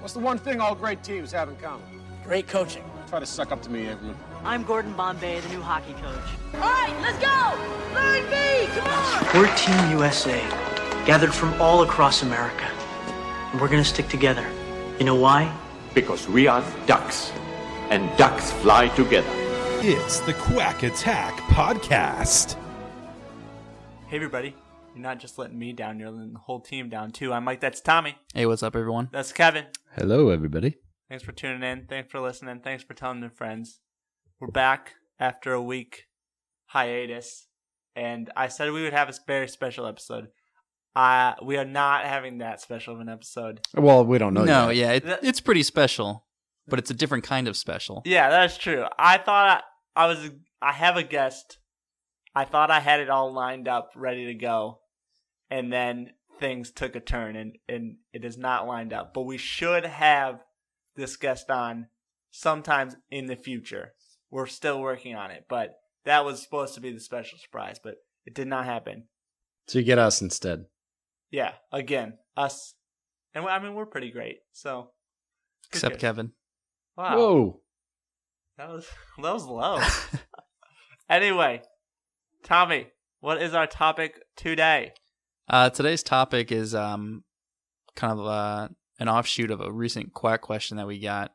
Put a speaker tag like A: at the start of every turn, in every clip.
A: What's the one thing all great teams have in common?
B: Great coaching.
A: Try to suck up to me, Everman.
C: I'm Gordon Bombay, the new hockey coach.
D: All right, let's go! Line B, come on!
B: We're Team USA, gathered from all across America. And we're going to stick together. You know why?
E: Because we are ducks, and ducks fly together.
F: It's the Quack Attack Podcast.
G: Hey everybody, you're not just letting me down, you're letting the whole team down too. I'm like, that's Tommy,
H: Hey, what's up, everyone?
G: that's Kevin.
I: Hello, everybody.
G: Thanks for tuning in, thanks for listening, thanks for telling your friends. We're back after a week hiatus, and I said we would have a very special episode. Uh, we are not having that special of an episode.
I: Well, we don't know.
H: no,
I: yet.
H: yeah, it,
G: That-
H: it's pretty special, but it's a different kind of special.
G: Yeah, that's true. I thought I, I was. I have a guest. I thought I had it all lined up, ready to go, and then things took a turn, and and it is not lined up. But we should have this guest on sometimes in the future. We're still working on it, but that was supposed to be the special surprise, but it did not happen.
I: So you get us instead.
G: Yeah, again, us, and we- I mean we're pretty great. So who
H: Except
G: cares?
H: Kevin.
G: Wow.
I: Whoa.
G: That was that was low. anyway, Tommy, what is our topic today?
H: Uh, today's topic is um, kind of uh, an offshoot of a recent quack question that we got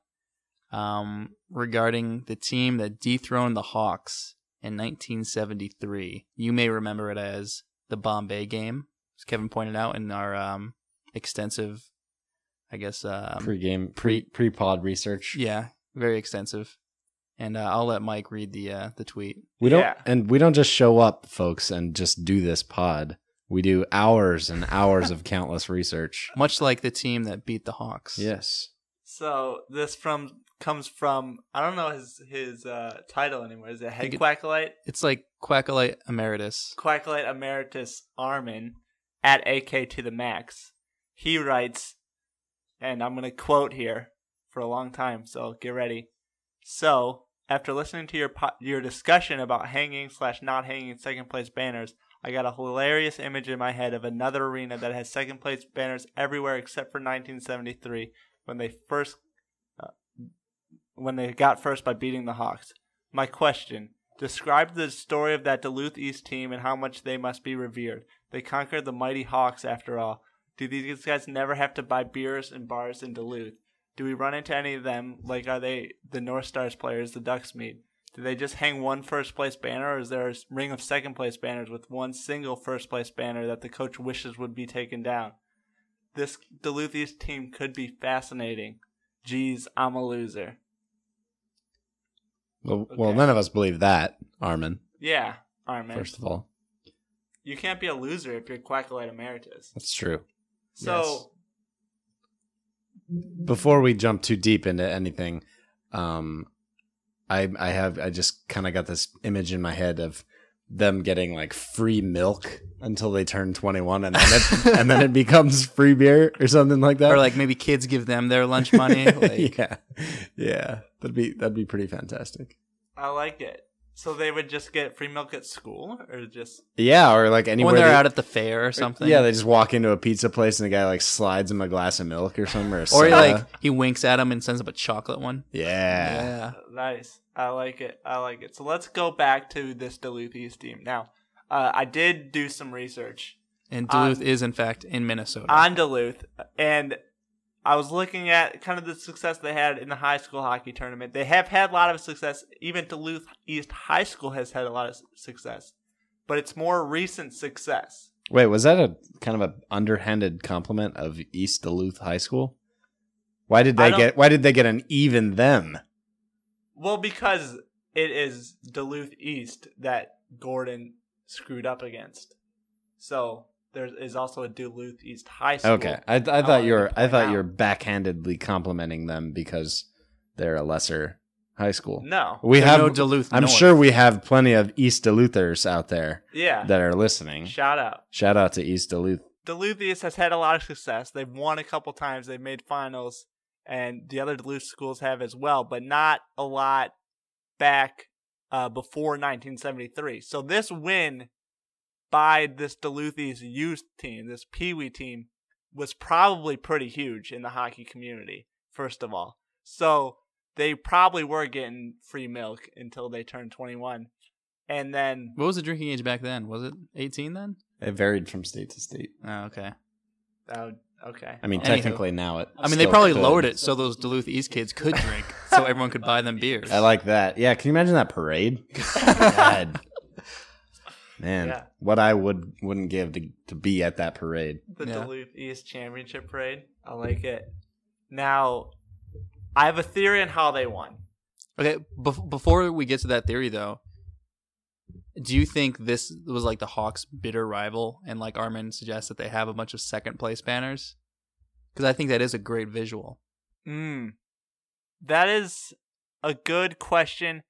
H: um, regarding the team that dethroned the Hawks in 1973. You may remember it as the Bombay game, as Kevin pointed out in our um, extensive, I guess, um,
I: pre-game, pre pre pod research.
H: Yeah, very extensive. And uh, I'll let Mike read the uh, the tweet.
I: We don't,
G: Yeah.
I: and we don't just show up, folks, and just do this pod. We do hours and hours of countless research.
H: Much like the team that beat the Hawks.
I: Yes.
G: So this from comes from I don't know his his uh, title anymore. Is it head
H: think it-
G: quackalite?
H: It's like Quackalite Emeritus.
G: Quackalite Emeritus Armin at AK to the max. He writes, and I'm going to quote here for a long time, so get ready. So, after listening to your po- your discussion about hanging slash not hanging second place banners, I got a hilarious image in my head of another arena that has second place banners everywhere except for 1973 when they first uh, when they got first by beating the Hawks. My question Describe the story of that Duluth East team and how much they must be revered. They conquered the mighty Hawks after all. Do these guys never have to buy beers and bars in Duluth? Do we run into any of them? Like, are they the North Stars players the Ducks meet? Do they just hang one first place banner, or is there a ring of second place banners with one single first place banner that the coach wishes would be taken down? This Duluth East team could be fascinating. Geez, I'm a loser.
I: Well, well,
G: Okay.
I: none of us believe that, Armin.
G: Yeah, Armin.
I: First of all,
G: you can't be a loser if you're Quackalite Emeritus.
I: that's true.
G: So
I: Before we jump too deep into anything, um, I I have I just kind of got this image in my head of them getting like free milk until they turn 21 and then it, and then it becomes free beer or something like that
H: Or like maybe kids give them their lunch money. Like,
I: yeah, yeah, that'd be that'd be pretty fantastic.
G: I like it. So they would just get free milk at school, or just
I: Yeah, or like anywhere
H: When they're
I: they-
H: out at the fair or something.
I: Yeah, they just walk into a pizza place and the guy like slides them a glass of milk or something, or, a
H: or
I: soda.
H: he, like he winks at them and sends up a chocolate one.
I: uh, yeah.
G: nice. I like it. I like it. So let's go back to this Duluth East team now. Uh, I did do some research
H: And Duluth is in fact in Minnesota.
G: on Duluth, and I was looking at kind of the success they had in the high school hockey tournament. They have had a lot of success. Even Duluth East High School has had a lot of s- success, but it's more recent success.
I: Wait, was that a kind of a underhanded compliment of East Duluth High School? Why did
G: I
I: they
G: don't-
I: get? Why did they get an even them?
G: Well, because it is Duluth East that Gordon screwed up against. So There is also a Duluth East High School.
I: Okay, I, th- I
G: How
H: Oh,
G: long
I: thought
G: they
I: you were I
G: play
I: thought
G: now.
I: you were backhandedly complimenting them because they're a lesser high school.
G: No.
I: We
H: There
I: have
H: no Duluth
I: I'm
H: North.
I: sure we have plenty of East Duluthers out there
G: Yeah.
I: that are listening.
G: Shout out.
I: Shout out to East Duluth.
G: Duluth East has had a lot of success. They've won a couple times. They've made finals, and the other Duluth schools have as well, but not a lot back uh, before 1973. So this win by this Duluth East youth team, this Pee Wee team, was probably pretty huge in the hockey community. First of all, so they probably were getting free milk until they turned 21, and then
H: What was the drinking age back then? Was it 18 then?
I: It varied from state to state.
H: Oh, okay.
G: oh, okay.
I: I mean,
H: Anywho.
I: technically now it.
H: I mean, they
I: still
H: probably
I: could.
H: lowered it so those Duluth East kids could drink, so everyone could buy them beers.
I: I like that. Yeah, can you imagine that parade? God. Man,
G: Yeah.
I: what I would wouldn't give to, to be at that parade.
G: the
H: Yeah.
G: Duluth East Championship Parade. I like it. Now, I have a theory on how they won.
H: Okay, bef- before we get to that theory though, do you think this was like the Hawks' bitter rival, and like Armin suggests that they have a bunch of second place banners? Because I think that is a great visual.
G: Mm. That is a good question.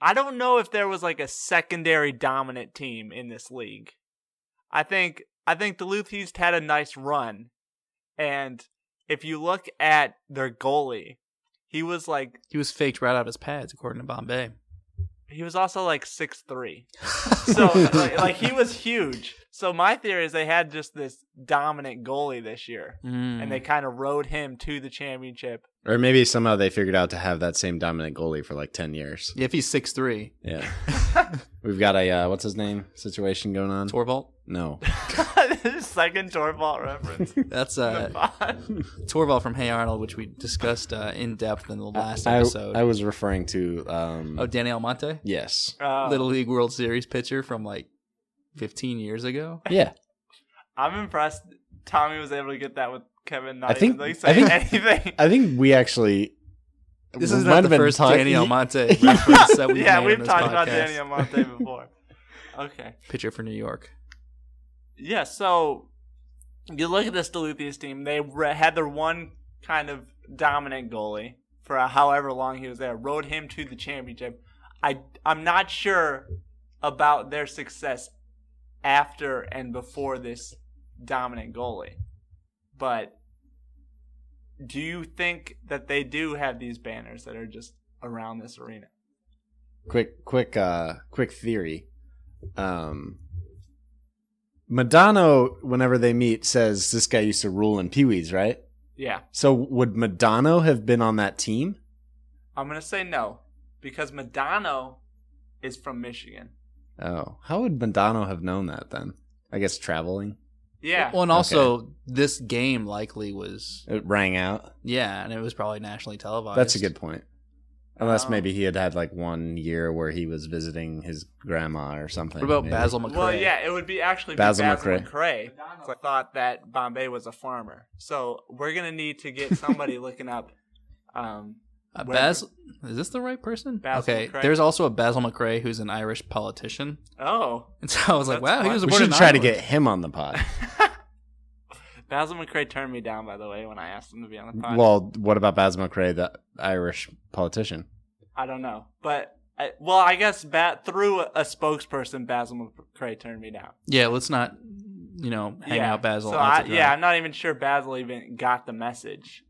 G: I don't know if there was like a secondary dominant team in this league. I think I think Duluth East had a nice run, and if you look at their goalie, he was like
H: He was faked right out of his pads, according to Bombay.
G: he was also like six three. so like, like he was huge. So my theory is they had just this dominant goalie this year, and
I: Mm.
G: they kind of rode him to the championship.
I: Or maybe somehow they figured out to have that same dominant goalie for like 10 years.
H: Yeah, if he's six three,
I: Yeah. We've got a, uh, what's his name, situation going on?
H: Torvald.
I: no.
G: Second Torvald reference.
H: That's uh, Torvald from Hey Arnold, which we discussed uh, in depth in the last
I: I,
H: episode.
I: I was referring to, um,
H: oh, Uh, Danny Almonte,
I: yes.
G: Oh,
H: Little League World Series pitcher from like 15 years ago.
I: Yeah.
G: I'm impressed. Tommy was able to get that with Kevin. Not
I: I think-
G: even, like,
I: I
G: saying
I: think-
G: anything.
I: I think we actually.
H: This
I: we
H: is
I: might
H: not the
I: have been
H: first
I: talk-
H: Danny Almonte reference that we've
G: yeah,
H: made
G: we've
H: on this
G: talked
H: podcast.
G: about Danny Amante before. okay.
H: Pitcher for New York.
G: Yeah, so you look at this Duluthis team. They re- had their one kind of dominant goalie for however long he was there. Rode him to the championship. I I'm not sure about their success after and before this dominant goalie, but do you think that they do have these banners that are just around this arena?
I: quick quick uh quick theory um Madonna, whenever they meet, says this guy used to rule in Pee Wee's, right?
G: Yeah,
I: So would Madonna have been on that team?
G: I'm gonna say no because Madonna is from Michigan.
I: Oh, how would Madonna have known that then? I guess traveling.
G: Yeah.
H: Well, and also this game likely was
I: It rang out.
H: yeah, and it was probably nationally televised.
I: That's a good point. Unless
G: Um,
I: maybe he had had like one year where he was visiting his grandma or something.
H: What about
I: maybe.
H: Basil McCray?
G: Well, yeah, it would be actually
I: Basil
G: be Basil
I: McRae.
G: McRae. So I thought that Bombay was a farmer, so we're gonna need to get somebody looking up. Um,
H: Uh,
G: where-
H: Basil. Is this the right person?
G: Basil
H: okay,
G: McRae.
H: there's also a Basil McRae who's an Irish politician,
G: oh,
H: and so I was like,
G: That's
H: wow, he was
G: fun.
I: We
H: born
I: should
H: in
I: try to
H: Ireland.
I: get him on the pod.
G: Basil McRae turned me down by the way when I asked him to be on the podcast.
I: well, what about Basil McRae, the Irish politician?
G: I don't know, but I, well, I guess bat through a, a spokesperson, Basil McRae turned me down.
H: Yeah, let's not you know hang
G: yeah.
H: out Basil.
G: So
H: out
G: I,
H: to dry.
G: yeah, I'm not even sure Basil even got the message.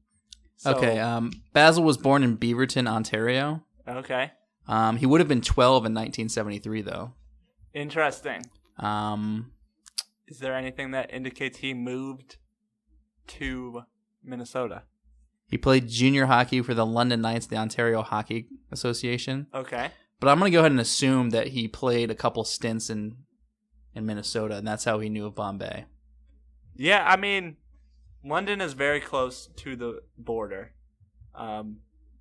G: So-
H: okay. Um, Basil was born in Beaverton, Ontario.
G: okay.
H: Um, he would have been 12 in 1973 though.
G: Interesting.
H: Um,
G: Is there anything that indicates he moved to Minnesota?
H: He played junior hockey for the London Knights, the Ontario Hockey Association.
G: Okay.
H: But I'm going to go ahead and assume that he played a couple stints in in Minnesota, and that's how he knew of Bombay.
G: Yeah, I mean, London is very close to the border, um,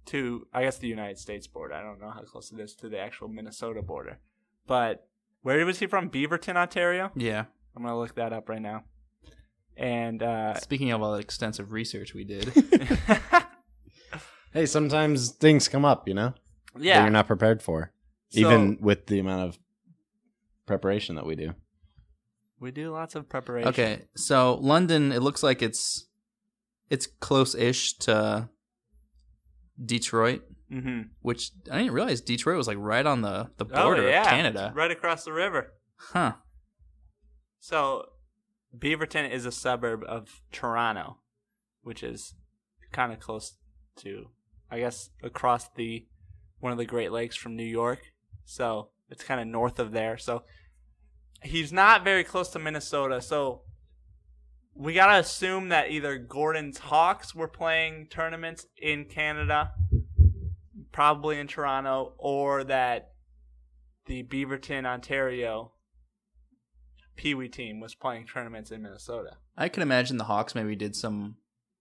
G: to I guess the United States border. I don't know how close it is to the actual Minnesota border, but where was he from? Beaverton, Ontario.
H: Yeah.
G: I'm gonna look that up right now. And uh,
H: Speaking of all the extensive research we did,
I: Hey, sometimes things come up, you know? that
G: yeah,
I: you're not prepared for,
G: so
I: even with the amount of preparation that we do.
G: We do lots of preparation.
H: Okay, so London, it looks like it's it's close-ish to Detroit,
G: Mm-hmm.
H: which I didn't realize Detroit was like right on the the border of Canada.
G: Oh, right across the river.
H: Huh.
G: So, Beaverton is a suburb of Toronto, which is kind of close to, I guess, across the one of the Great Lakes from New York. So it's kind of north of there. So he's not very close to Minnesota. So we gotta assume that either Gordon's Hawks were playing tournaments in Canada, probably in Toronto, or that the Beaverton, Ontario Pee Wee team was playing tournaments in Minnesota.
H: I could imagine the Hawks maybe did some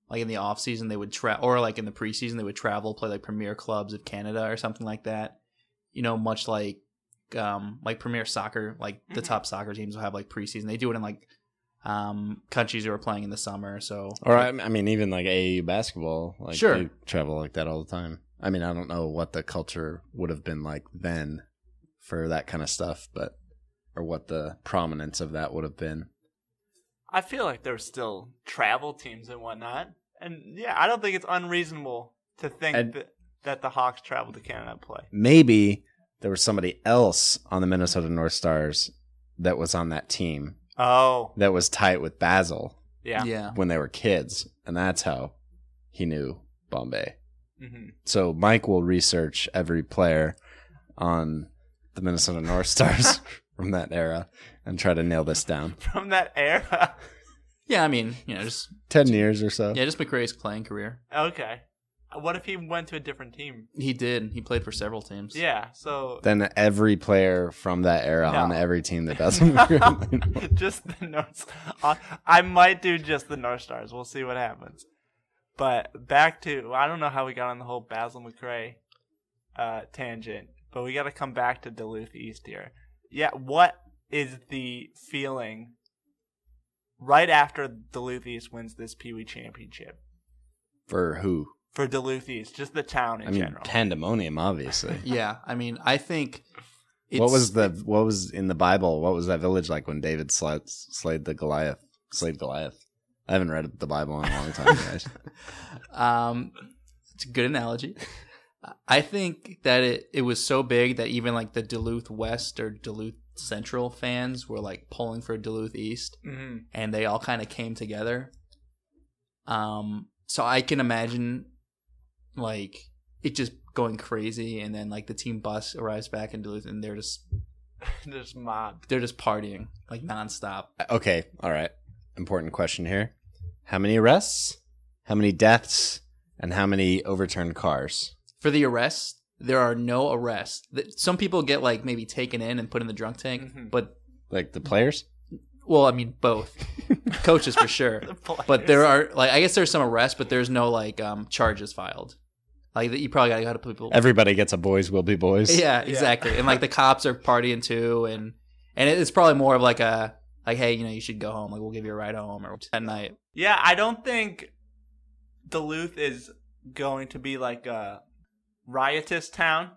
H: like in the off season they would travel or like in the preseason they would travel play like premier clubs of Canada or something like that. You know, much like um like premier soccer, like
G: Mm-hmm.
H: the top soccer teams will have like preseason. They do it in like um countries who are playing in the summer. So
I: Or I, I mean, even like AAU basketball, like
H: Sure.
I: they travel like that all the time. I mean, I don't know what the culture would have been like then for that kind of stuff, but or what the prominence of that would have been.
G: I feel like there's still travel teams and whatnot. And yeah, I don't think it's unreasonable to think
I: And-
G: that, that the Hawks travel to Canada and play.
I: Maybe there was somebody else on the Minnesota North Stars that was on that team
G: Oh,
I: that was tight with Basil
G: yeah.
H: yeah.
I: when they were kids, and that's how he knew Bombay.
H: Mm-hmm.
G: hmm
I: So Mike will research every player on the Minnesota North Stars from that era and try to nail this down.
G: From that era.
H: Yeah, I mean, you know, just
I: Ten years or so.
H: yeah, just McRae's playing career.
G: okay. What if he went to a different team?
H: He did. He played for several teams.
G: Yeah, so
I: Then every player from that era
G: No.
I: on every team that doesn't. All
G: just the North. Star- Uh, I might do just the North Stars. We'll see what happens. But back to I don't know how we got on the whole Basil McRae uh, tangent, but we got to come back to Duluth East here. Yeah, what is the feeling right after Duluth East wins this Pee Wee championship
I: For who?
G: for Duluth East, just the town in
I: I mean,
G: general?
I: pandemonium, obviously.
H: Yeah, I mean, I think it's,
I: what was the what was in the Bible? What was that village like when David slayed, slayed the Goliath? Slayed Goliath. I haven't read the Bible in a long time, guys.
H: Um, it's a good analogy. I think that it, it was so big that even like the Duluth West or Duluth Central fans were like pulling for Duluth East,
G: hmm
H: and they all kind of came together. Um, so I can imagine like it just going crazy, and then like the team bus arrives back in Duluth, and they're just
G: just mobbed.
H: they're just partying like nonstop.
I: okay, all right. Important question here. How many arrests? How many deaths? And how many overturned cars?
H: for the arrests, there are no arrests. Th- Some people get like maybe taken in and put in the drunk tank, but
I: Like the players?
H: well, I mean both coaches for sure. but there are like I guess there's some arrests, but there's no like um charges filed. Like that you probably gotta gotta put people.
I: Everybody gets a boys will be boys.
H: yeah, exactly. and like the cops are partying too, and and it's probably more of like a like hey, you know, you should go home. Like we'll give you a ride home or at night.
G: Yeah, I don't think Duluth is going to be like a riotous town,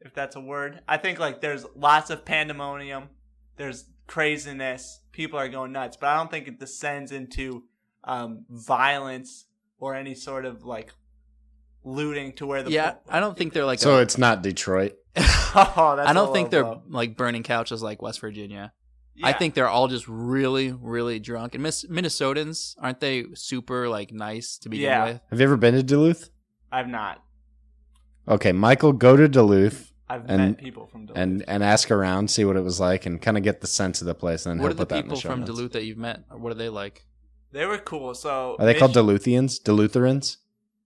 G: if that's a word. I think like there's lots of pandemonium, there's craziness, people are going nuts, but I don't think it descends into um, violence or any sort of like looting to where the
H: Yeah, I don't think they're like.
I: So
H: a-
I: it's not Detroit.
G: oh, that's
H: I
G: a
H: don't think
G: low
H: they're
G: blow.
H: like burning couches like West Virginia. I
G: Yeah.
H: think they're all just really, really drunk. And Miss- Minnesotans aren't they super like nice to begin
G: Yeah.
H: with?
I: Have you ever been to Duluth?
G: I've not.
I: Okay, Michael, go to Duluth
G: I've
I: And-
G: met people from Duluth.
I: and and ask around, see what it was like, and kind of get the sense of the place. And then
H: What are
I: he'll
H: the
I: put that in
H: people
I: show
H: from
I: notes.
H: Duluth that you've met? What are they like?
G: they were cool. So
I: Are they
G: Mich-
I: called Duluthians? Dulutherans?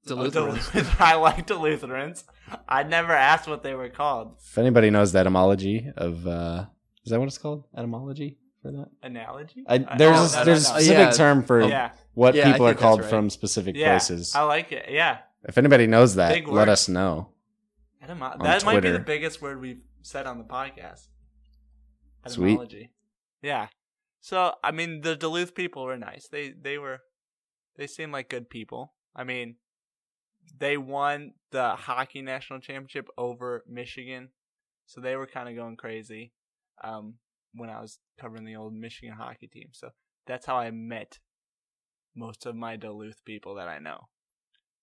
H: Duluth.
G: Oh, Duluth- I like Dulutherans. I never asked what they were called.
I: If anybody knows the etymology of, uh, is that what it's called? Etymology for that?
G: Analogy?
I: I,
G: I-
I: there's
G: no,
I: a,
G: no, no,
I: there's
G: no.
I: a specific
H: Yeah.
I: term for
G: Yeah.
I: what
H: Yeah, I
I: people are
H: think that's
I: called
H: right.
I: from specific
G: yeah,
I: places.
G: I like it. Yeah.
I: if anybody knows that,
G: Big
I: let
G: word.
I: us know.
G: Etymo- that might be the
I: Twitter.
G: biggest word we've said on the podcast.
I: Sweet.
G: Etymology. Yeah. So I mean, the Duluth people were nice. They they were, they seemed like good people. I mean, they won the hockey national championship over Michigan, so they were kind of going crazy. Um, when I was covering the old Michigan hockey team. So that's how I met most of my Duluth people that I know.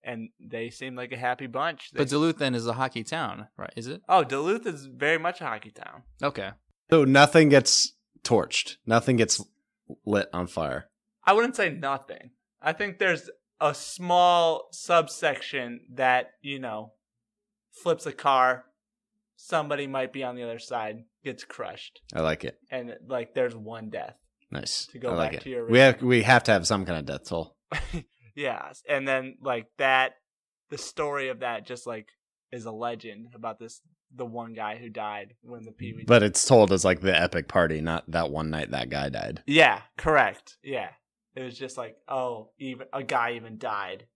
G: And they seem like a happy bunch. They-
H: But Duluth then is a hockey town, right? Is it?
G: oh, Duluth is very much a hockey town.
H: Okay.
I: So nothing gets torched. Nothing gets lit on fire.
G: I wouldn't say nothing. I think there's a small subsection that, you know, flips a car. Somebody might be on the other side, gets crushed,
I: I like it.
G: and like there's one death.
I: Nice.
G: To go
I: I like
G: back
I: it.
G: to your
I: we have we have to have some kind of death toll.
G: Yeah. And then like that the story of that just like is a legend about this the one guy who died when the Pee Wee
I: But it's told as like the epic party, not that one night that guy died.
G: Yeah, correct. Yeah. It was just like, oh, even a guy even died.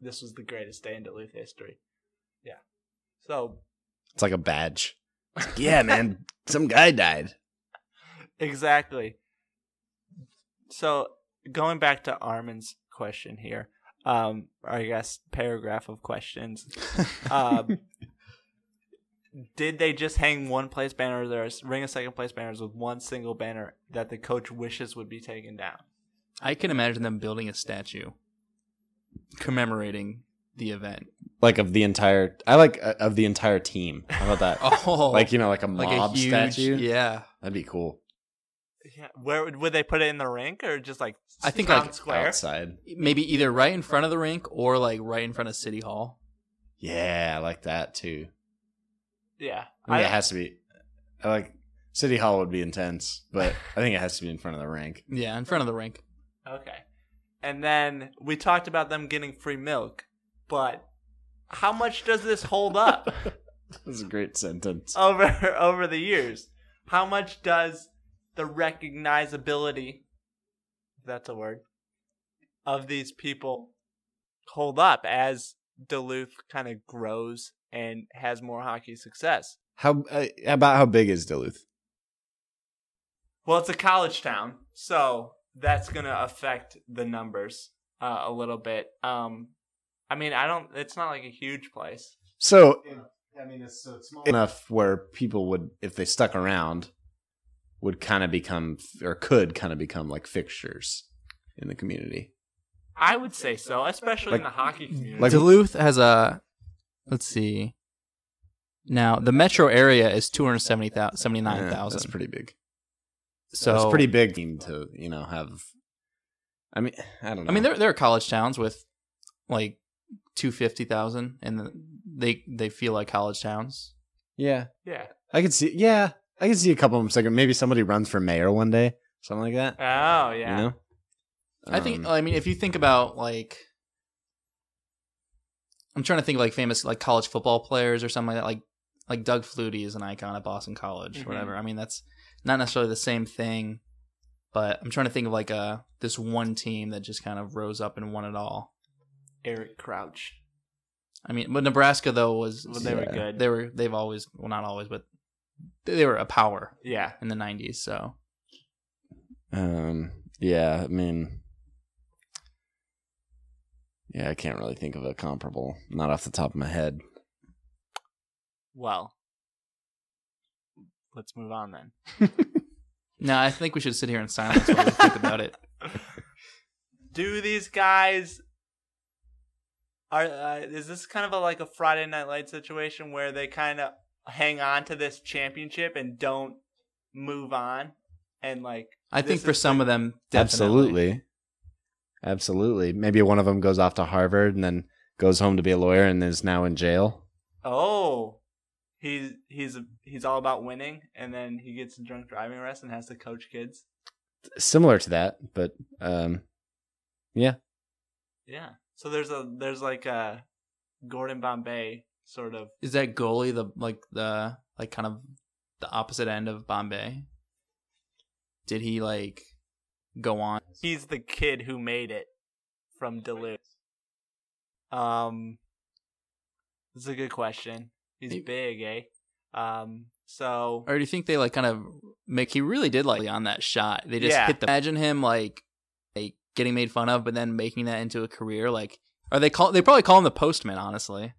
G: This was the greatest day in Duluth history. Yeah. So
I: It's like a badge. It's like, yeah, man, some guy died.
G: Exactly. So going back to Armin's question here, um, or I guess paragraph of questions. Um, did they just hang one place banner or there's ring of second place banners with one single banner that the coach wishes would be taken down?
H: I can imagine them building a statue commemorating the event.
I: Like of the entire, I like uh, of the entire team. How about that?
H: Oh,
I: like you know, like a mob statue.
H: Yeah.
I: that'd be cool.
G: Yeah. Where would, would they put it in the rink or just like Oh,
H: I think,
G: town
H: like,
G: square?
I: Outside.
H: Maybe either right in front of the rink or like right in front of City Hall.
I: Yeah, I like that too.
G: Yeah.
I: I think it has to be. I like City Hall would be intense, but I think it has to be in front of the rank.
H: Yeah, in front of the rink.
G: Okay. And then we talked about them getting free milk, but how much does this hold up
I: That's a great sentence.
H: Um,
G: over over the years? How much does the recognizability if that's a word of these people hold up as Duluth kind of grows and has more hockey success?
I: How uh, about how big is Duluth?
G: Well, it's a college town, so that's going to affect the numbers uh, a little bit. Um, I mean, I don't. It's not like a huge place.
I: So
A: I mean, it's so small.
I: enough where people would, if they stuck around, would kind of become or could kind of become like fixtures in the community.
G: I would say so, especially in the
I: Like-
G: hockey community.
I: like-
H: Duluth has a let's see. Now the metro area is two hundred seventy thousand seventy nine
I: Yeah, that's
H: thousand.
I: pretty big.
H: so
I: it's pretty big team to you know have. I mean, I don't know.
H: I mean, there there are college towns with like two fifty thousand, and they they feel like college towns.
I: yeah,
G: yeah.
I: I could see. Yeah, I could see a couple of them. Second, maybe somebody runs for mayor one day, something like that.
G: Oh yeah.
I: You know,
H: I think.
I: Um,
H: I mean, if you think about like, I'm trying to think of like famous like college football players or something like that. Like like Doug Flutie is an icon at Boston College,
G: Mhm.
H: or whatever. I mean, that's not necessarily the same thing, but I'm trying to think of like a this one team that just kind of rose up and won it all.
G: Eric Crouch.
H: I mean, but Nebraska though was
G: Well, they were
I: Yeah.
G: good.
H: they were they've always well not always but they they were a power
G: yeah.
H: in the 90s so
I: Um. Yeah. I mean. Yeah, I can't really think of a comparable. Not off the top of my head.
G: Well, let's move on then.
H: now i think we should sit here in silence while we think about it
G: Do these guys are uh, is this kind of a, like a Friday Night Light situation where they kind of hang on to this championship and don't move on and like
H: i
G: this
H: think for
G: is
H: some of them definitely.
I: Absolutely. Absolutely. Maybe one of them goes off to Harvard and then goes home to be a lawyer and is now in jail.
G: Oh, he's he's he's all about winning, and then he gets a drunk driving arrest and has to coach kids.
I: Similar to that, but um,
G: Yeah. So there's a there's like a Gordon Bombay sort of.
H: is that goalie the like the like kind of the opposite end of bombay did he like go on
G: He's the kid who made it from Duluth. Um, this is a good question. He's big, eh? Um, so
H: or do you think they like kind of make he really did like on that shot they just
G: Yeah.
H: hit the imagine him like like getting made fun of but then making that into a career like are they call they probably call him the postman honestly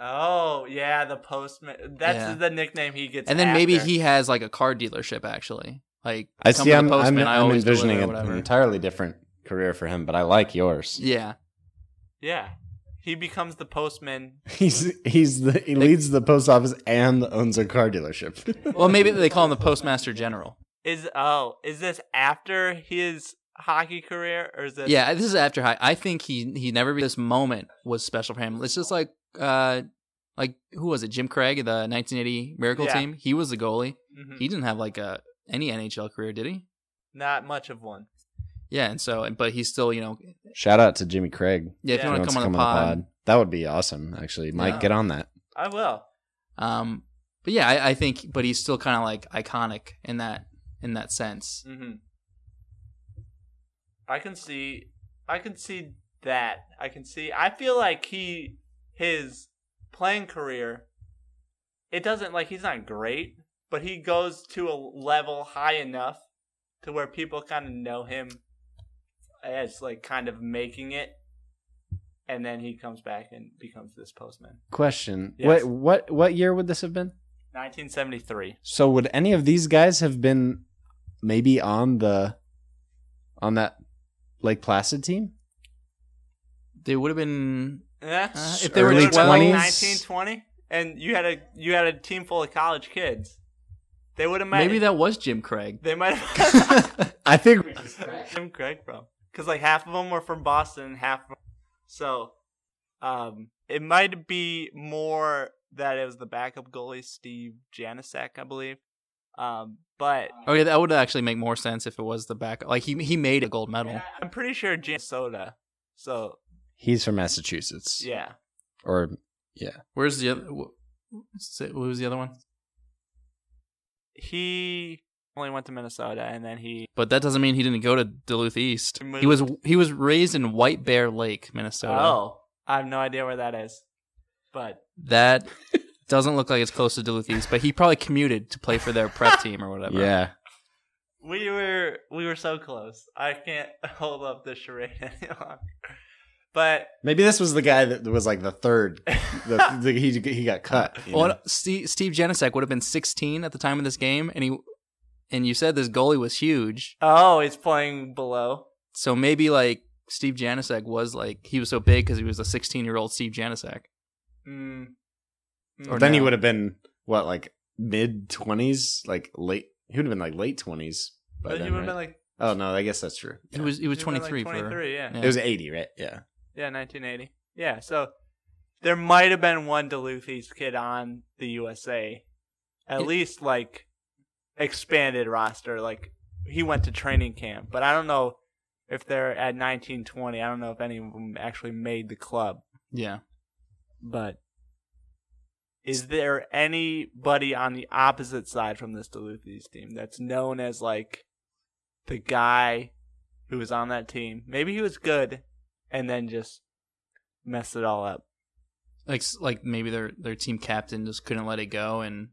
G: Oh yeah, the postman. That's
H: Yeah.
G: the nickname he gets.
H: and then maybe
G: after.
H: he has like a car dealership actually. Like
I: I
H: come
I: see.
H: with a
I: I'm, I'm,
H: postman, I
I: I'm
H: always
I: envisioning
H: deliver,
I: an
H: whatever.
I: entirely different career for him, but I like yours.
H: Yeah,
G: Yeah, he becomes the postman.
I: He's he's the he leads the post office and owns a car dealership.
H: well, maybe they call him the postmaster general.
G: Is oh, is this after his hockey career or is this?
H: Yeah, this is after high. I think he he never this moment was special for him. It's just like uh like who was it? Jim Craig, the 1980 Miracle
G: Yeah.
H: Team. He was the goalie.
G: Mhm.
H: He didn't have like a any NHL career, did he?
G: not much of one.
H: Yeah, and so but he's still you know
I: Shout out to Jimmy Craig.
H: yeah if
G: Yeah.
H: you
I: He
H: want to
I: wants
H: come on the pod,
I: That would be awesome, actually. Mike,
H: Yeah.
I: get on that.
G: I will.
H: um but yeah I, I think but he's still kind of like iconic in that in that sense.
G: hmm I can see. I can see that. I can see. I feel like he his playing career. It doesn't like he's not great, but he goes to a level high enough to where people kind of know him as like kind of making it, and then he comes back and becomes this postman.
I: Question:
G: Yes.
I: What what what year would this have been?
G: 1973.
I: So would any of these guys have been maybe on the on that Lake Placid team?
H: They would have been
G: Yeah.
H: Uh, if they were
I: Early
H: 12,
I: 20s?
G: 1920 and you had a you had a team full of college kids they would have met
H: maybe that was Jim Craig.
G: they might have
I: I think
G: Jim Craig from because like half of them were from Boston and half from, so um it might be more that it was the backup goalie Steve Janicek I believe um but
H: Oh yeah, that would actually make more sense if it was the back. Like he he made a gold medal.
G: I'm pretty sure Jan- Minnesota so
I: he's from Massachusetts.
G: yeah
I: Or
H: Where's the other? What was the other one?
G: he only went to Minnesota and then he
H: But that doesn't mean he didn't go to Duluth East.
G: He moved-
H: He was he was raised in White Bear Lake,
I: uh,
H: Minnesota.
G: oh I have no idea where that is but
H: That doesn't look like it's close to Duluth East, but he probably commuted to play for their prep team or whatever.
I: yeah,
G: We were we were so close. I can't hold up the charade any longer. But
I: maybe this was the guy that was like the third. The, the, he he got cut. you know?
H: Well, Steve, Steve Janicek would have been 16 at the time of this game, and he and you said this goalie was huge,
G: oh, he's playing below.
H: so maybe like Steve Janicek was like he was so big because he was a 16 year old Steve Janicek.
G: Mm.
H: Or
I: then he
H: no.
I: would have been what like mid twenties, like late. He would have been like late twenties. by
G: But
I: then,
G: he would have
I: right?
G: been like
I: Oh no, I guess that's true.
H: He was he was
G: he would've been,
H: 23
G: like,
H: for-
G: 23, yeah.
I: It was eighty, right? Yeah.
G: Yeah, 1980. Yeah, so there might have been one Duluth East kid on the USA, at
H: Yeah.
G: least like expanded roster. Like he went to training camp, but I don't know if they're at 1920. I don't know if any of them actually made the club.
H: yeah.
G: But is there anybody on the opposite side from this Duluth East team that's known as like the guy who was on that team? Maybe he was good and then just messed it all up.
H: like s- like maybe their their team captain just couldn't let it go and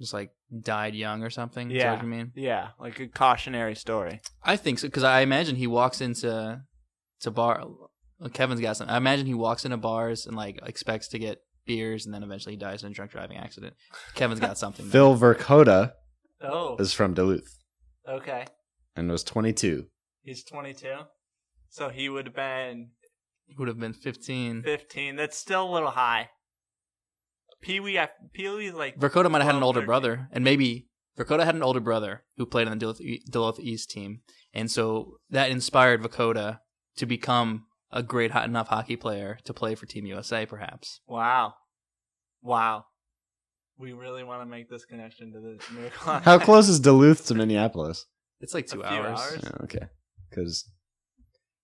H: just like died young or something. Is that
G: Yeah.
H: what you mean?
G: Yeah, like a cautionary story.
H: I think so because I imagine he walks into to bar. Kevin's got some. I imagine he walks into bars and like expects to get beers and then eventually dies in a drunk driving accident. Kevin's got something. there.
I: Phil Verkota
G: Oh,
I: is from Duluth
G: okay.
I: and was twenty two.
G: He's 22. So he would have been
H: He would have been fifteen.
G: 15. That's still a little high. Pee Wee, I- Pee Wee's like.
H: Verkota might have had an
G: 12,
H: older
G: 13.
H: brother, and maybe Verkota had an older brother who played on the Duluth, E- Duluth East team, and so that inspired Verkota to become a great hot enough hockey player to play for Team USA, perhaps.
G: Wow. Wow. We really want to make this connection to the miracle. on
I: How
G: Ice.
I: close is Duluth to Minneapolis?
H: It's like two
G: A few
H: hours.
G: hours.
I: Yeah, okay, because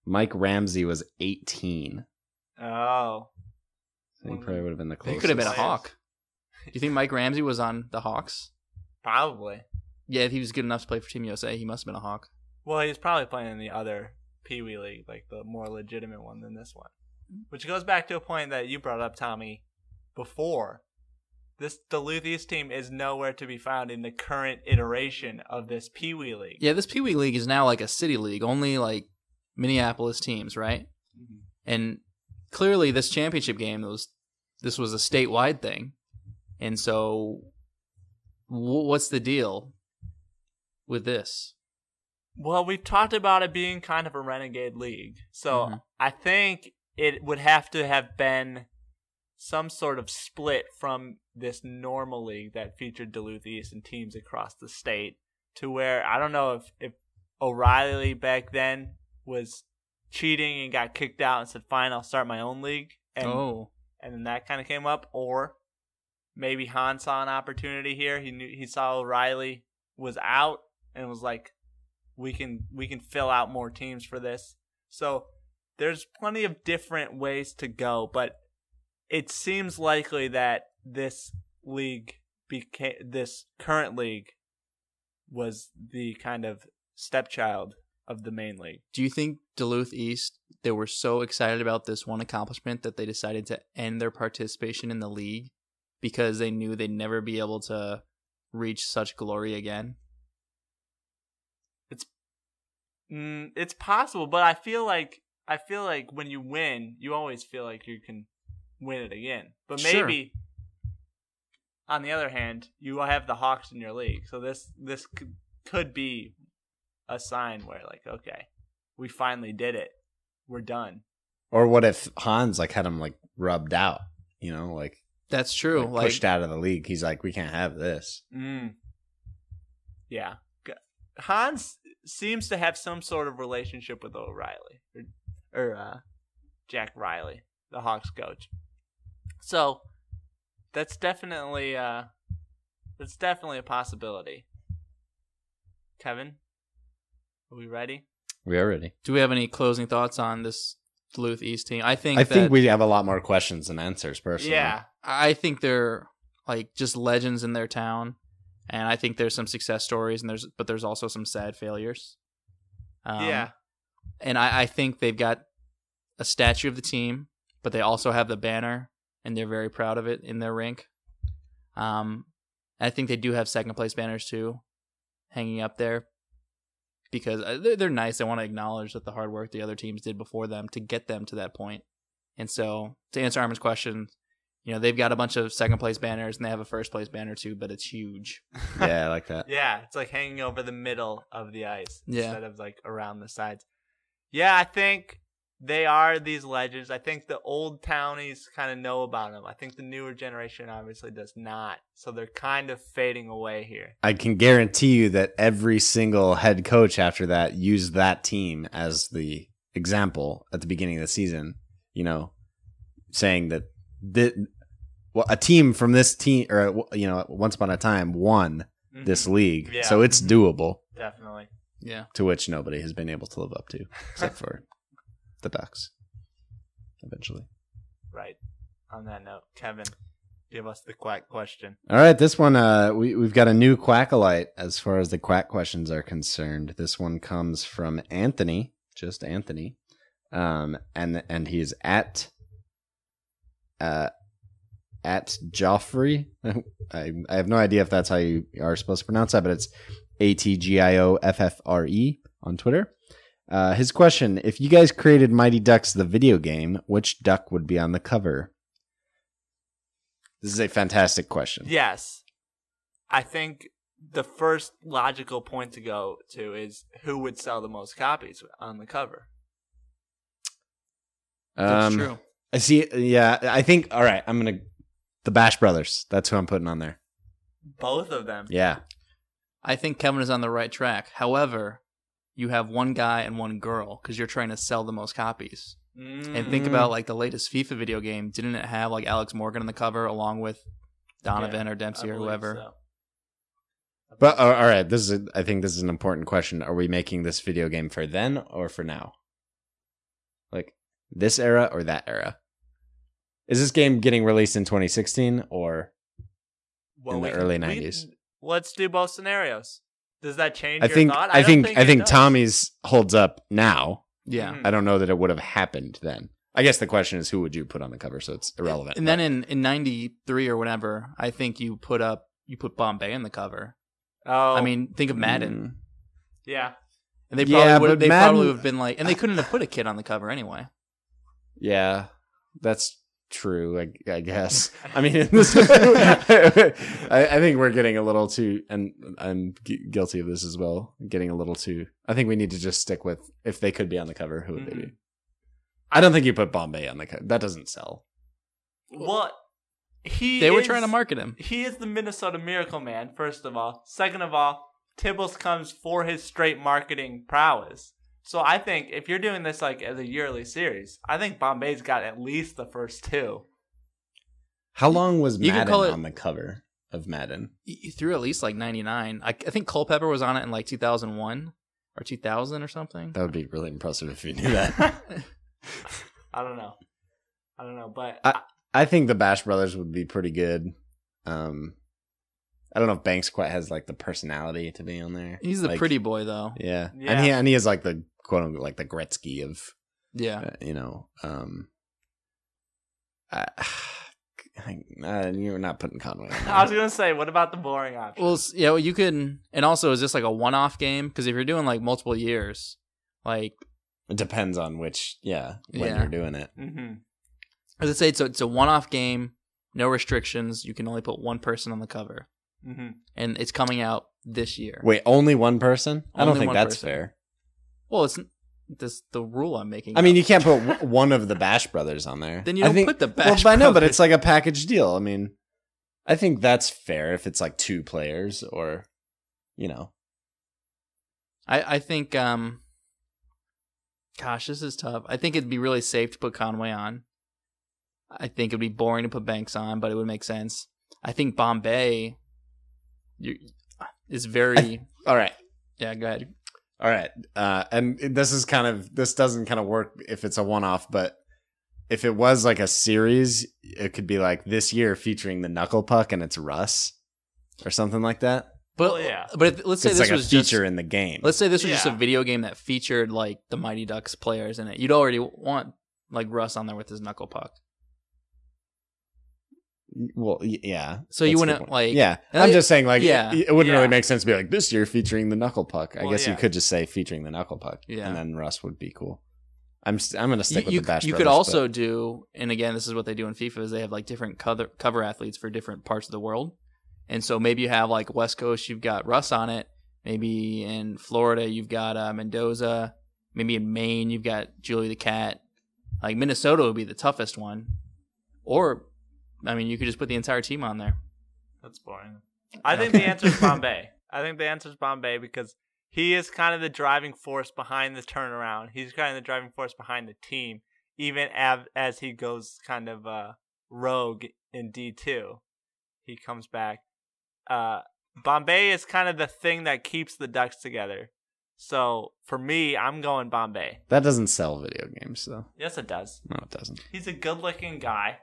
I: Mike Ramsey was eighteen.
G: Oh.
I: So
G: Mm.
I: he probably would have been the
H: He
I: closest.
H: could have been a
G: Closest.
H: hawk. Do you think Mike Ramsey was on the Hawks?
G: Probably.
H: Yeah, if he was good enough to play for Team USA, he must have been a hawk.
G: Well, he's probably playing in the other Pee Wee League, like the more legitimate one than this one.
I: Mm-hmm.
G: Which goes back to a point that you brought up, Tommy, before. This Duluth East team is nowhere to be found in the current iteration of this Pee Wee League.
H: Yeah, this Pee Wee League is now like a city league, only like Minneapolis teams, right? And clearly, this championship game that was this was a statewide thing, and so w- what's the deal with this?
G: Well, we've talked about it being kind of a renegade league. So
H: Mhm.
G: I think it would have to have been some sort of split from this normal league that featured Duluth East and teams across the state to where I don't know if, if O'Reilly back then was cheating and got kicked out and said, fine, I'll start my own league. And,
H: oh,
G: and then that kind of came up. Or maybe Han saw an opportunity here. He knew he saw O'Reilly was out and was like, "We can we can fill out more teams for this." So there's plenty of different ways to go, but it seems likely that this league became this current league was the kind of stepchild of the main league.
H: do you think Duluth East they were so excited about this one accomplishment that they decided to end their participation in the league because they knew they'd never be able to reach such glory again?
G: Mm, it's possible, but I feel like I feel like when you win, you always feel like you can win it again. But
H: Sure.
G: maybe on the other hand, you have the Hawks in your league, so this this could, could be a sign where like, okay, we finally did it, we're done.
I: Or what if Hans like had him like rubbed out? You know, like,
H: That's true.
I: like,
H: Like,
I: pushed out of the league. He's like, we can't have this.
G: Mm. Yeah, G- Hans seems to have some sort of relationship with O'Reilly or, or uh, Jack Riley, the Hawks coach. So that's definitely uh, that's definitely a possibility. Kevin, are we ready?
I: We are ready.
H: do we have any closing thoughts on this Duluth East team? I think
I: I
H: that,
I: think we have a lot more questions than answers, personally.
G: Yeah,
H: I think they're like just legends in their town, and I think there's some success stories, and there's but there's also some sad failures. Um,
G: yeah,
H: and I, I think they've got a statue of the team, but they also have the banner, and they're very proud of it in their rink. Um, I think they do have second place banners too, hanging up there, because uh, they're, they're nice. They want to acknowledge that the hard work the other teams did before them to get them to that point. And so, to answer Armin's question, you know they've got a bunch of second place banners and they have a first place banner too, but it's huge.
I: Yeah, I like that.
G: yeah. It's like hanging over the middle of the ice
H: Yeah.
G: instead of like around the sides. Yeah, I think they are these legends. I think the old townies kind of know about them. I think the newer generation obviously does not. So they're kind of fading away here.
I: I can guarantee you that every single head coach after that used that team as the example at the beginning of the season, you know, saying that th- well, a team from this team, or, you know, once upon a time won this league.
G: Yeah.
I: So it's doable,
G: Mm-hmm. Definitely.
H: Yeah.
I: to which nobody has been able to live up to, except for the Ducks eventually.
G: Right. On that note, Kevin, give us the quack question.
I: All right, this one uh, we we've got a new quackalite as far as the quack questions are concerned. This one comes from Anthony, just Anthony, um, and and he's at uh, at Joffrey. I I have no idea if that's how you are supposed to pronounce that, but it's A T G I O F F R E on Twitter. Uh, his question: If you guys created Mighty Ducks the video game, which duck would be on the cover? This is a fantastic question.
G: Yes. I think the first logical point to go to is who would sell the most copies on the cover.
H: That's
I: Um,
H: true.
I: I see. Yeah, I think. All right, I'm gonna the Bash Brothers. That's who I'm putting on there.
G: Both of them.
I: Yeah,
H: I think Kevin is on the right track. However, you have one guy and one girl because you're trying to sell the most copies. And think
I: Mhm.
H: about like the latest FIFA video game. Didn't it have like Alex Morgan on the cover along with Donovan
G: Yeah,
H: or Dempsey
G: I
H: or
G: believe
H: whoever?
G: so.
I: but all all right. This is. A, I think this is an important question. Are we making this video game for then or for now? Like this era or that era? Is this game getting released in 2016 or? in the
G: we-
I: early
G: we-
I: 90s.
G: let's do both scenarios. Does that change
I: I
G: your
I: think,
G: thought?
I: I think I think
G: it does.
I: Tommy's holds up now.
H: Yeah.
G: Mhm.
I: I don't know that it would have happened then. I guess the question is who would you put on the cover, so it's irrelevant.
H: And then in, in 93 or whenever, I think you put up, you put Bombay on the cover.
G: Oh,
H: I mean, think of Madden.
I: Mm.
G: yeah,
H: And they
I: Yeah,
H: probably would
I: but
H: they
I: Madden-
H: probably would have been like, and they couldn't have put a kid on the cover anyway.
I: Yeah, that's true. I, I guess. I mean, in this, I, I think we're getting a little too, and I'm gu- guilty of this as well. Getting a little too. I think we need to just stick with if they could be on the cover, who would they be?
H: Mm-hmm.
I: I don't think you put Bombay on the cover. That doesn't sell.
G: What? He
H: They were
G: is-
H: trying to market him.
G: He is the Minnesota Miracle Man, first of all. Second of all, Tibbles comes for his straight marketing prowess. So I think if you're doing this like as a yearly series, I think Bombay's got at least the first two.
I: How long was
H: You can
I: Madden
H: call it-
I: on the cover of Madden?
H: He threw at least like 99. I, I think Culpepper was on it in like 2001 or 2000 or something.
I: That would be really impressive if you knew that.
G: I don't know. I don't know, but
I: I, I think the Bash Brothers would be pretty good. Um, I don't know if Banks quite has like the personality to be on there.
H: He's the
I: Like,
H: pretty boy though.
I: Yeah.
G: Yeah.
I: and he and he is like the quote unquote like the Gretzky of
H: Yeah.
I: uh, you know. Um, I, I, uh, you're not putting Conway. on
G: I was
I: there.
G: gonna say, what about the boring option?
H: Well, s- yeah, well, you can. And also, is this like a one-off game? Because if you're doing like multiple years, like
I: It depends on which. Yeah, when
H: Yeah.
I: you're doing it.
G: mm-hmm.
H: as I say, it's a, it's a one-off game, no restrictions. You can only put one person on the cover,
G: Mm-hmm.
H: and it's coming out this year.
I: Wait, only one person? I don't
H: Only
I: think
H: one
I: that's
H: person.
I: fair.
H: Well, it's n- this the rule I'm making.
I: I mean,
H: up.
I: you can't put w- one of the Bash Brothers on there.
H: Then you
I: I
H: don't
I: think-
H: put the
I: Well,
H: Bash
I: but I know, but
H: Brothers.
I: it's like a package deal. I mean, I think that's fair if it's like two players or, you know,
H: I I think um. Gosh, this is tough. I think it'd be really safe to put Conway on. I think it'd be boring to put Banks on, but it would make sense. I think Bombay you, is very.
I: all right.
H: Yeah, go ahead.
I: All right. Uh, and this is kind of this doesn't kind of work if it's a one-off, but if it was like a series, it could be like this year featuring the Knuckle Puck and it's Russ or something like that.
H: But
G: Well, Oh, yeah.
H: but if, let's say
I: it's
H: this
I: like a
H: was
I: feature
H: just
I: in the game.
H: let's say this was just a
G: Yeah.
H: video game that featured like the Mighty Ducks players in it. You'd already want like Russ on there with his knuckle puck.
I: well, y- yeah.
H: So you
I: that's a good
H: wouldn't,
I: point.
H: like-
I: yeah.
H: and
I: I'm
H: I-
I: just saying, like,
H: yeah,
I: it, it wouldn't really
G: yeah.
I: make sense to be like this year featuring the Knuckle Puck. I
G: Well,
I: guess you
G: yeah.
I: could just say featuring the Knuckle Puck,
H: Yeah.
I: and then Russ would be cool. I'm st- I'm gonna
H: You,
I: stick with
H: you,
I: the Bash.
H: you
I: Brothers,
H: could
I: but-
H: also do, and again, this is what they do in FIFA is they have like different cover cover athletes for different parts of the world, and so maybe you have like West Coast, you've got Russ on it. Maybe in Florida, you've got uh, Mendoza. Maybe in Maine, you've got Julie the Cat. Like Minnesota would be the toughest one, or I mean, you could just put the entire team on there.
G: That's boring. I think the answer is Bombay. I think the answer is Bombay because he is kind of the driving force behind the turnaround. He's kind of the driving force behind the team, even av- as he goes kind of uh, rogue in D2. He comes back. Uh, Bombay is kind of the thing that keeps the Ducks together. So for me, I'm going Bombay.
I: that doesn't sell video games, though.
G: Yes, it does.
I: No, it doesn't.
G: He's a good looking guy.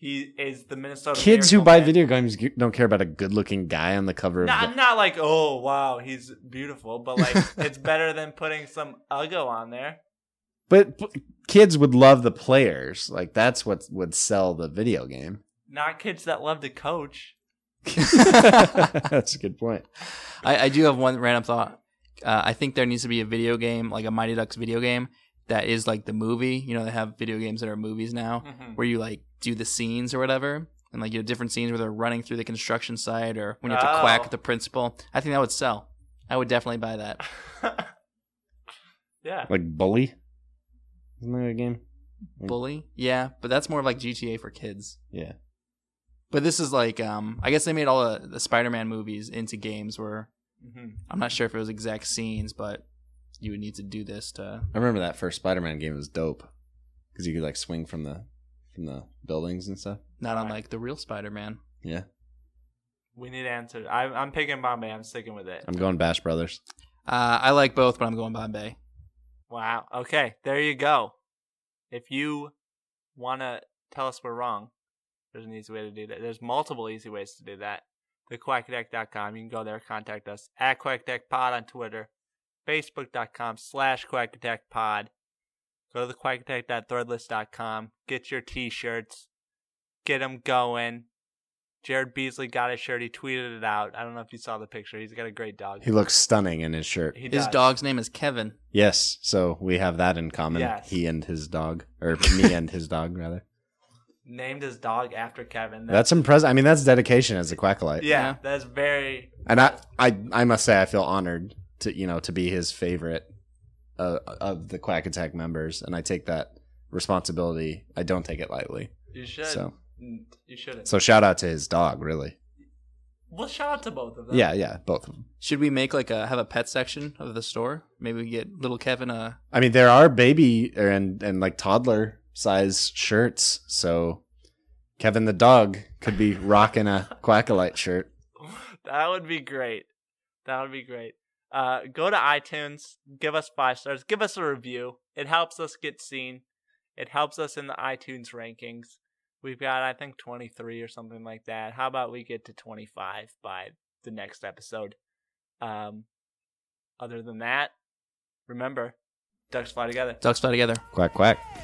G: He is the Minnesota
I: Kids who
G: Miracle
I: buy
G: Man.
I: video games g- don't care about a good-looking guy on the cover. of
G: Not
I: the-
G: not like oh wow he's beautiful, but like it's better than putting some uggo on there.
I: but p- kids would love the players. Like that's what would sell the video game.
G: Not kids that love to coach.
I: that's a good point.
H: I, I do have one random thought. Uh, I think there needs to be a video game, like a Mighty Ducks video game, that is like the movie. You know, they have video games that are movies now, where you like do the scenes or whatever, and like you have different scenes where they're running through the construction site or when you have to quack
G: Oh.
H: at the principal. I think that would sell. I would definitely buy that.
G: Yeah,
I: Like bully. Isn't that a game?
H: Bully, yeah, but that's more of like GTA for kids.
I: Yeah.
H: But this is like, um, I guess they made all the, the Spider-Man movies into games where
G: hmm
H: I'm not sure if it was exact scenes, but you would need to do this to
I: I remember that first Spider-Man game was dope because you could like swing from the from the buildings and stuff.
H: not unlike the real Spider-Man.
I: Yeah,
G: we need answers. I, I'm picking Bombay. I'm sticking with it.
I: I'm going Bash Brothers.
H: Uh, I like both, but I'm going Bombay.
G: Wow. Okay, there you go. If you wanna tell us we're wrong, there's an easy way to do that. There's multiple easy ways to do that. TheQuackDeck.com. You can go there, contact us at QuackDeckPod on Twitter, Facebook.com slash QuackDeckPod. Go to thequackdeck.threadless.com. Get your t-shirts. Get them going. Jared Beasley got his shirt. He tweeted it out. I don't know if you saw the picture. He's got a great dog.
I: He looks stunning in his shirt.
G: He
H: His
G: does.
H: dog's name is Kevin.
I: Yes, so we have that in common.
G: Yes.
I: He and his dog, or me and his dog, rather.
G: named his dog after Kevin. That-
I: That's impressive. I mean, that's dedication as a quackalite.
G: yeah,
H: Yeah.
G: That's very
I: and I, I, I must say, I feel honored to you know to be his favorite uh, of the Quack Attack members, and I take that responsibility. I don't take it lightly.
G: you should Mm,
I: So.
G: you shouldn't.
I: So shout out to his dog, really.
G: well, shout out to both of them.
I: Yeah, yeah, both of them.
H: Should we make like a have a pet section of the store? Maybe we get little Kevin uh, a
I: I mean, there are baby or- and and like toddler size shirts, so Kevin the dog could be rocking a Quackalite shirt.
G: that would be great. That would be great. Uh, go to iTunes, give us five stars, give us a review. It helps us get seen. It helps us in the iTunes rankings. We've got, I think, 23 or something like that. How about we get to 25 by the next episode? Um, other than that, remember, ducks fly together.
H: ducks fly together.
I: Quack quack.